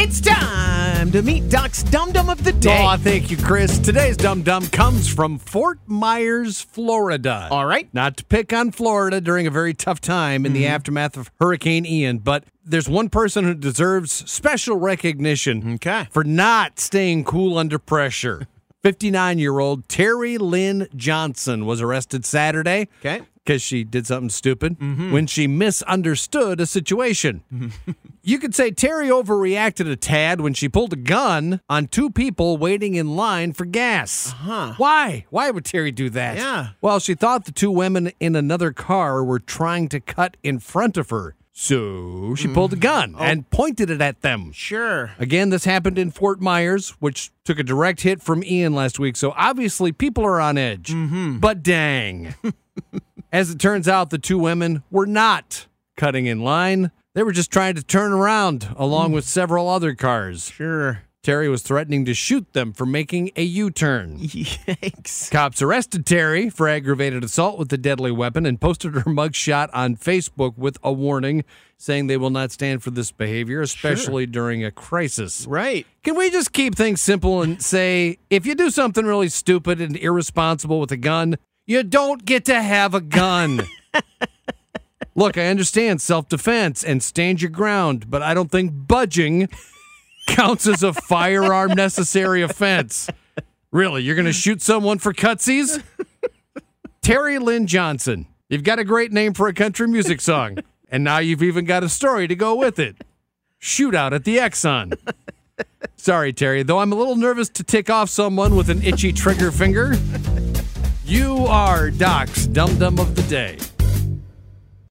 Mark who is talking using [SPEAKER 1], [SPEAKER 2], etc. [SPEAKER 1] It's time to meet Doc's Dum Dum of the Day.
[SPEAKER 2] Aw, Oh, thank you, Chris. Today's Dum Dum comes from Fort Myers, Florida.
[SPEAKER 1] All right. Mm-hmm.
[SPEAKER 2] Not to pick on Florida during a very tough time in the aftermath of Hurricane Ian, but there's one person who deserves special recognition
[SPEAKER 1] Okay.
[SPEAKER 2] for not staying cool under pressure. 59 year old Terry Lynn Johnson was arrested Saturday.
[SPEAKER 1] Okay. Mm-hmm.
[SPEAKER 2] Because she did something stupid when she misunderstood a situation. you could say Terry overreacted a tad when she pulled a gun on two people waiting in line for gas.
[SPEAKER 1] Uh-huh.
[SPEAKER 2] Why? Why would Terry do that?
[SPEAKER 1] Yeah.
[SPEAKER 2] Well, she thought the two women in another car were trying to cut in front of her. So
[SPEAKER 1] Mm-hmm.
[SPEAKER 2] she pulled a gun
[SPEAKER 1] Oh.
[SPEAKER 2] and pointed it at them.
[SPEAKER 1] Sure.
[SPEAKER 2] Again, this happened in Fort Myers, which took a direct hit from Ian last week. So obviously, people are on edge. But dang. As it turns out, the two women were not cutting in line. They were just trying to turn around along with several other cars.
[SPEAKER 1] Sure.
[SPEAKER 2] Terry was threatening to shoot them for making a U turn.
[SPEAKER 1] Yikes.
[SPEAKER 2] Cops arrested Terry for aggravated assault with a deadly weapon and posted her mugshot on Facebook with a warning saying they will not stand for this behavior, especially during a crisis.
[SPEAKER 1] Right.
[SPEAKER 2] Can we just keep things simple and say if you do something really stupid and irresponsible with a gun, you don't get to have a gun? Look, I understand self defense and stand your ground, but I don't think budging counts as a firearm necessary offense. Really, you're going to shoot someone for cutsies? Terry Lynn Johnson. You've got a great name for a country music song, and now you've even got a story to go with it. Shootout at the Exxon. Sorry, Terry, though I'm a little nervous to tick off someone with an itchy trigger finger. You are Doc's Dum Dum of the Day.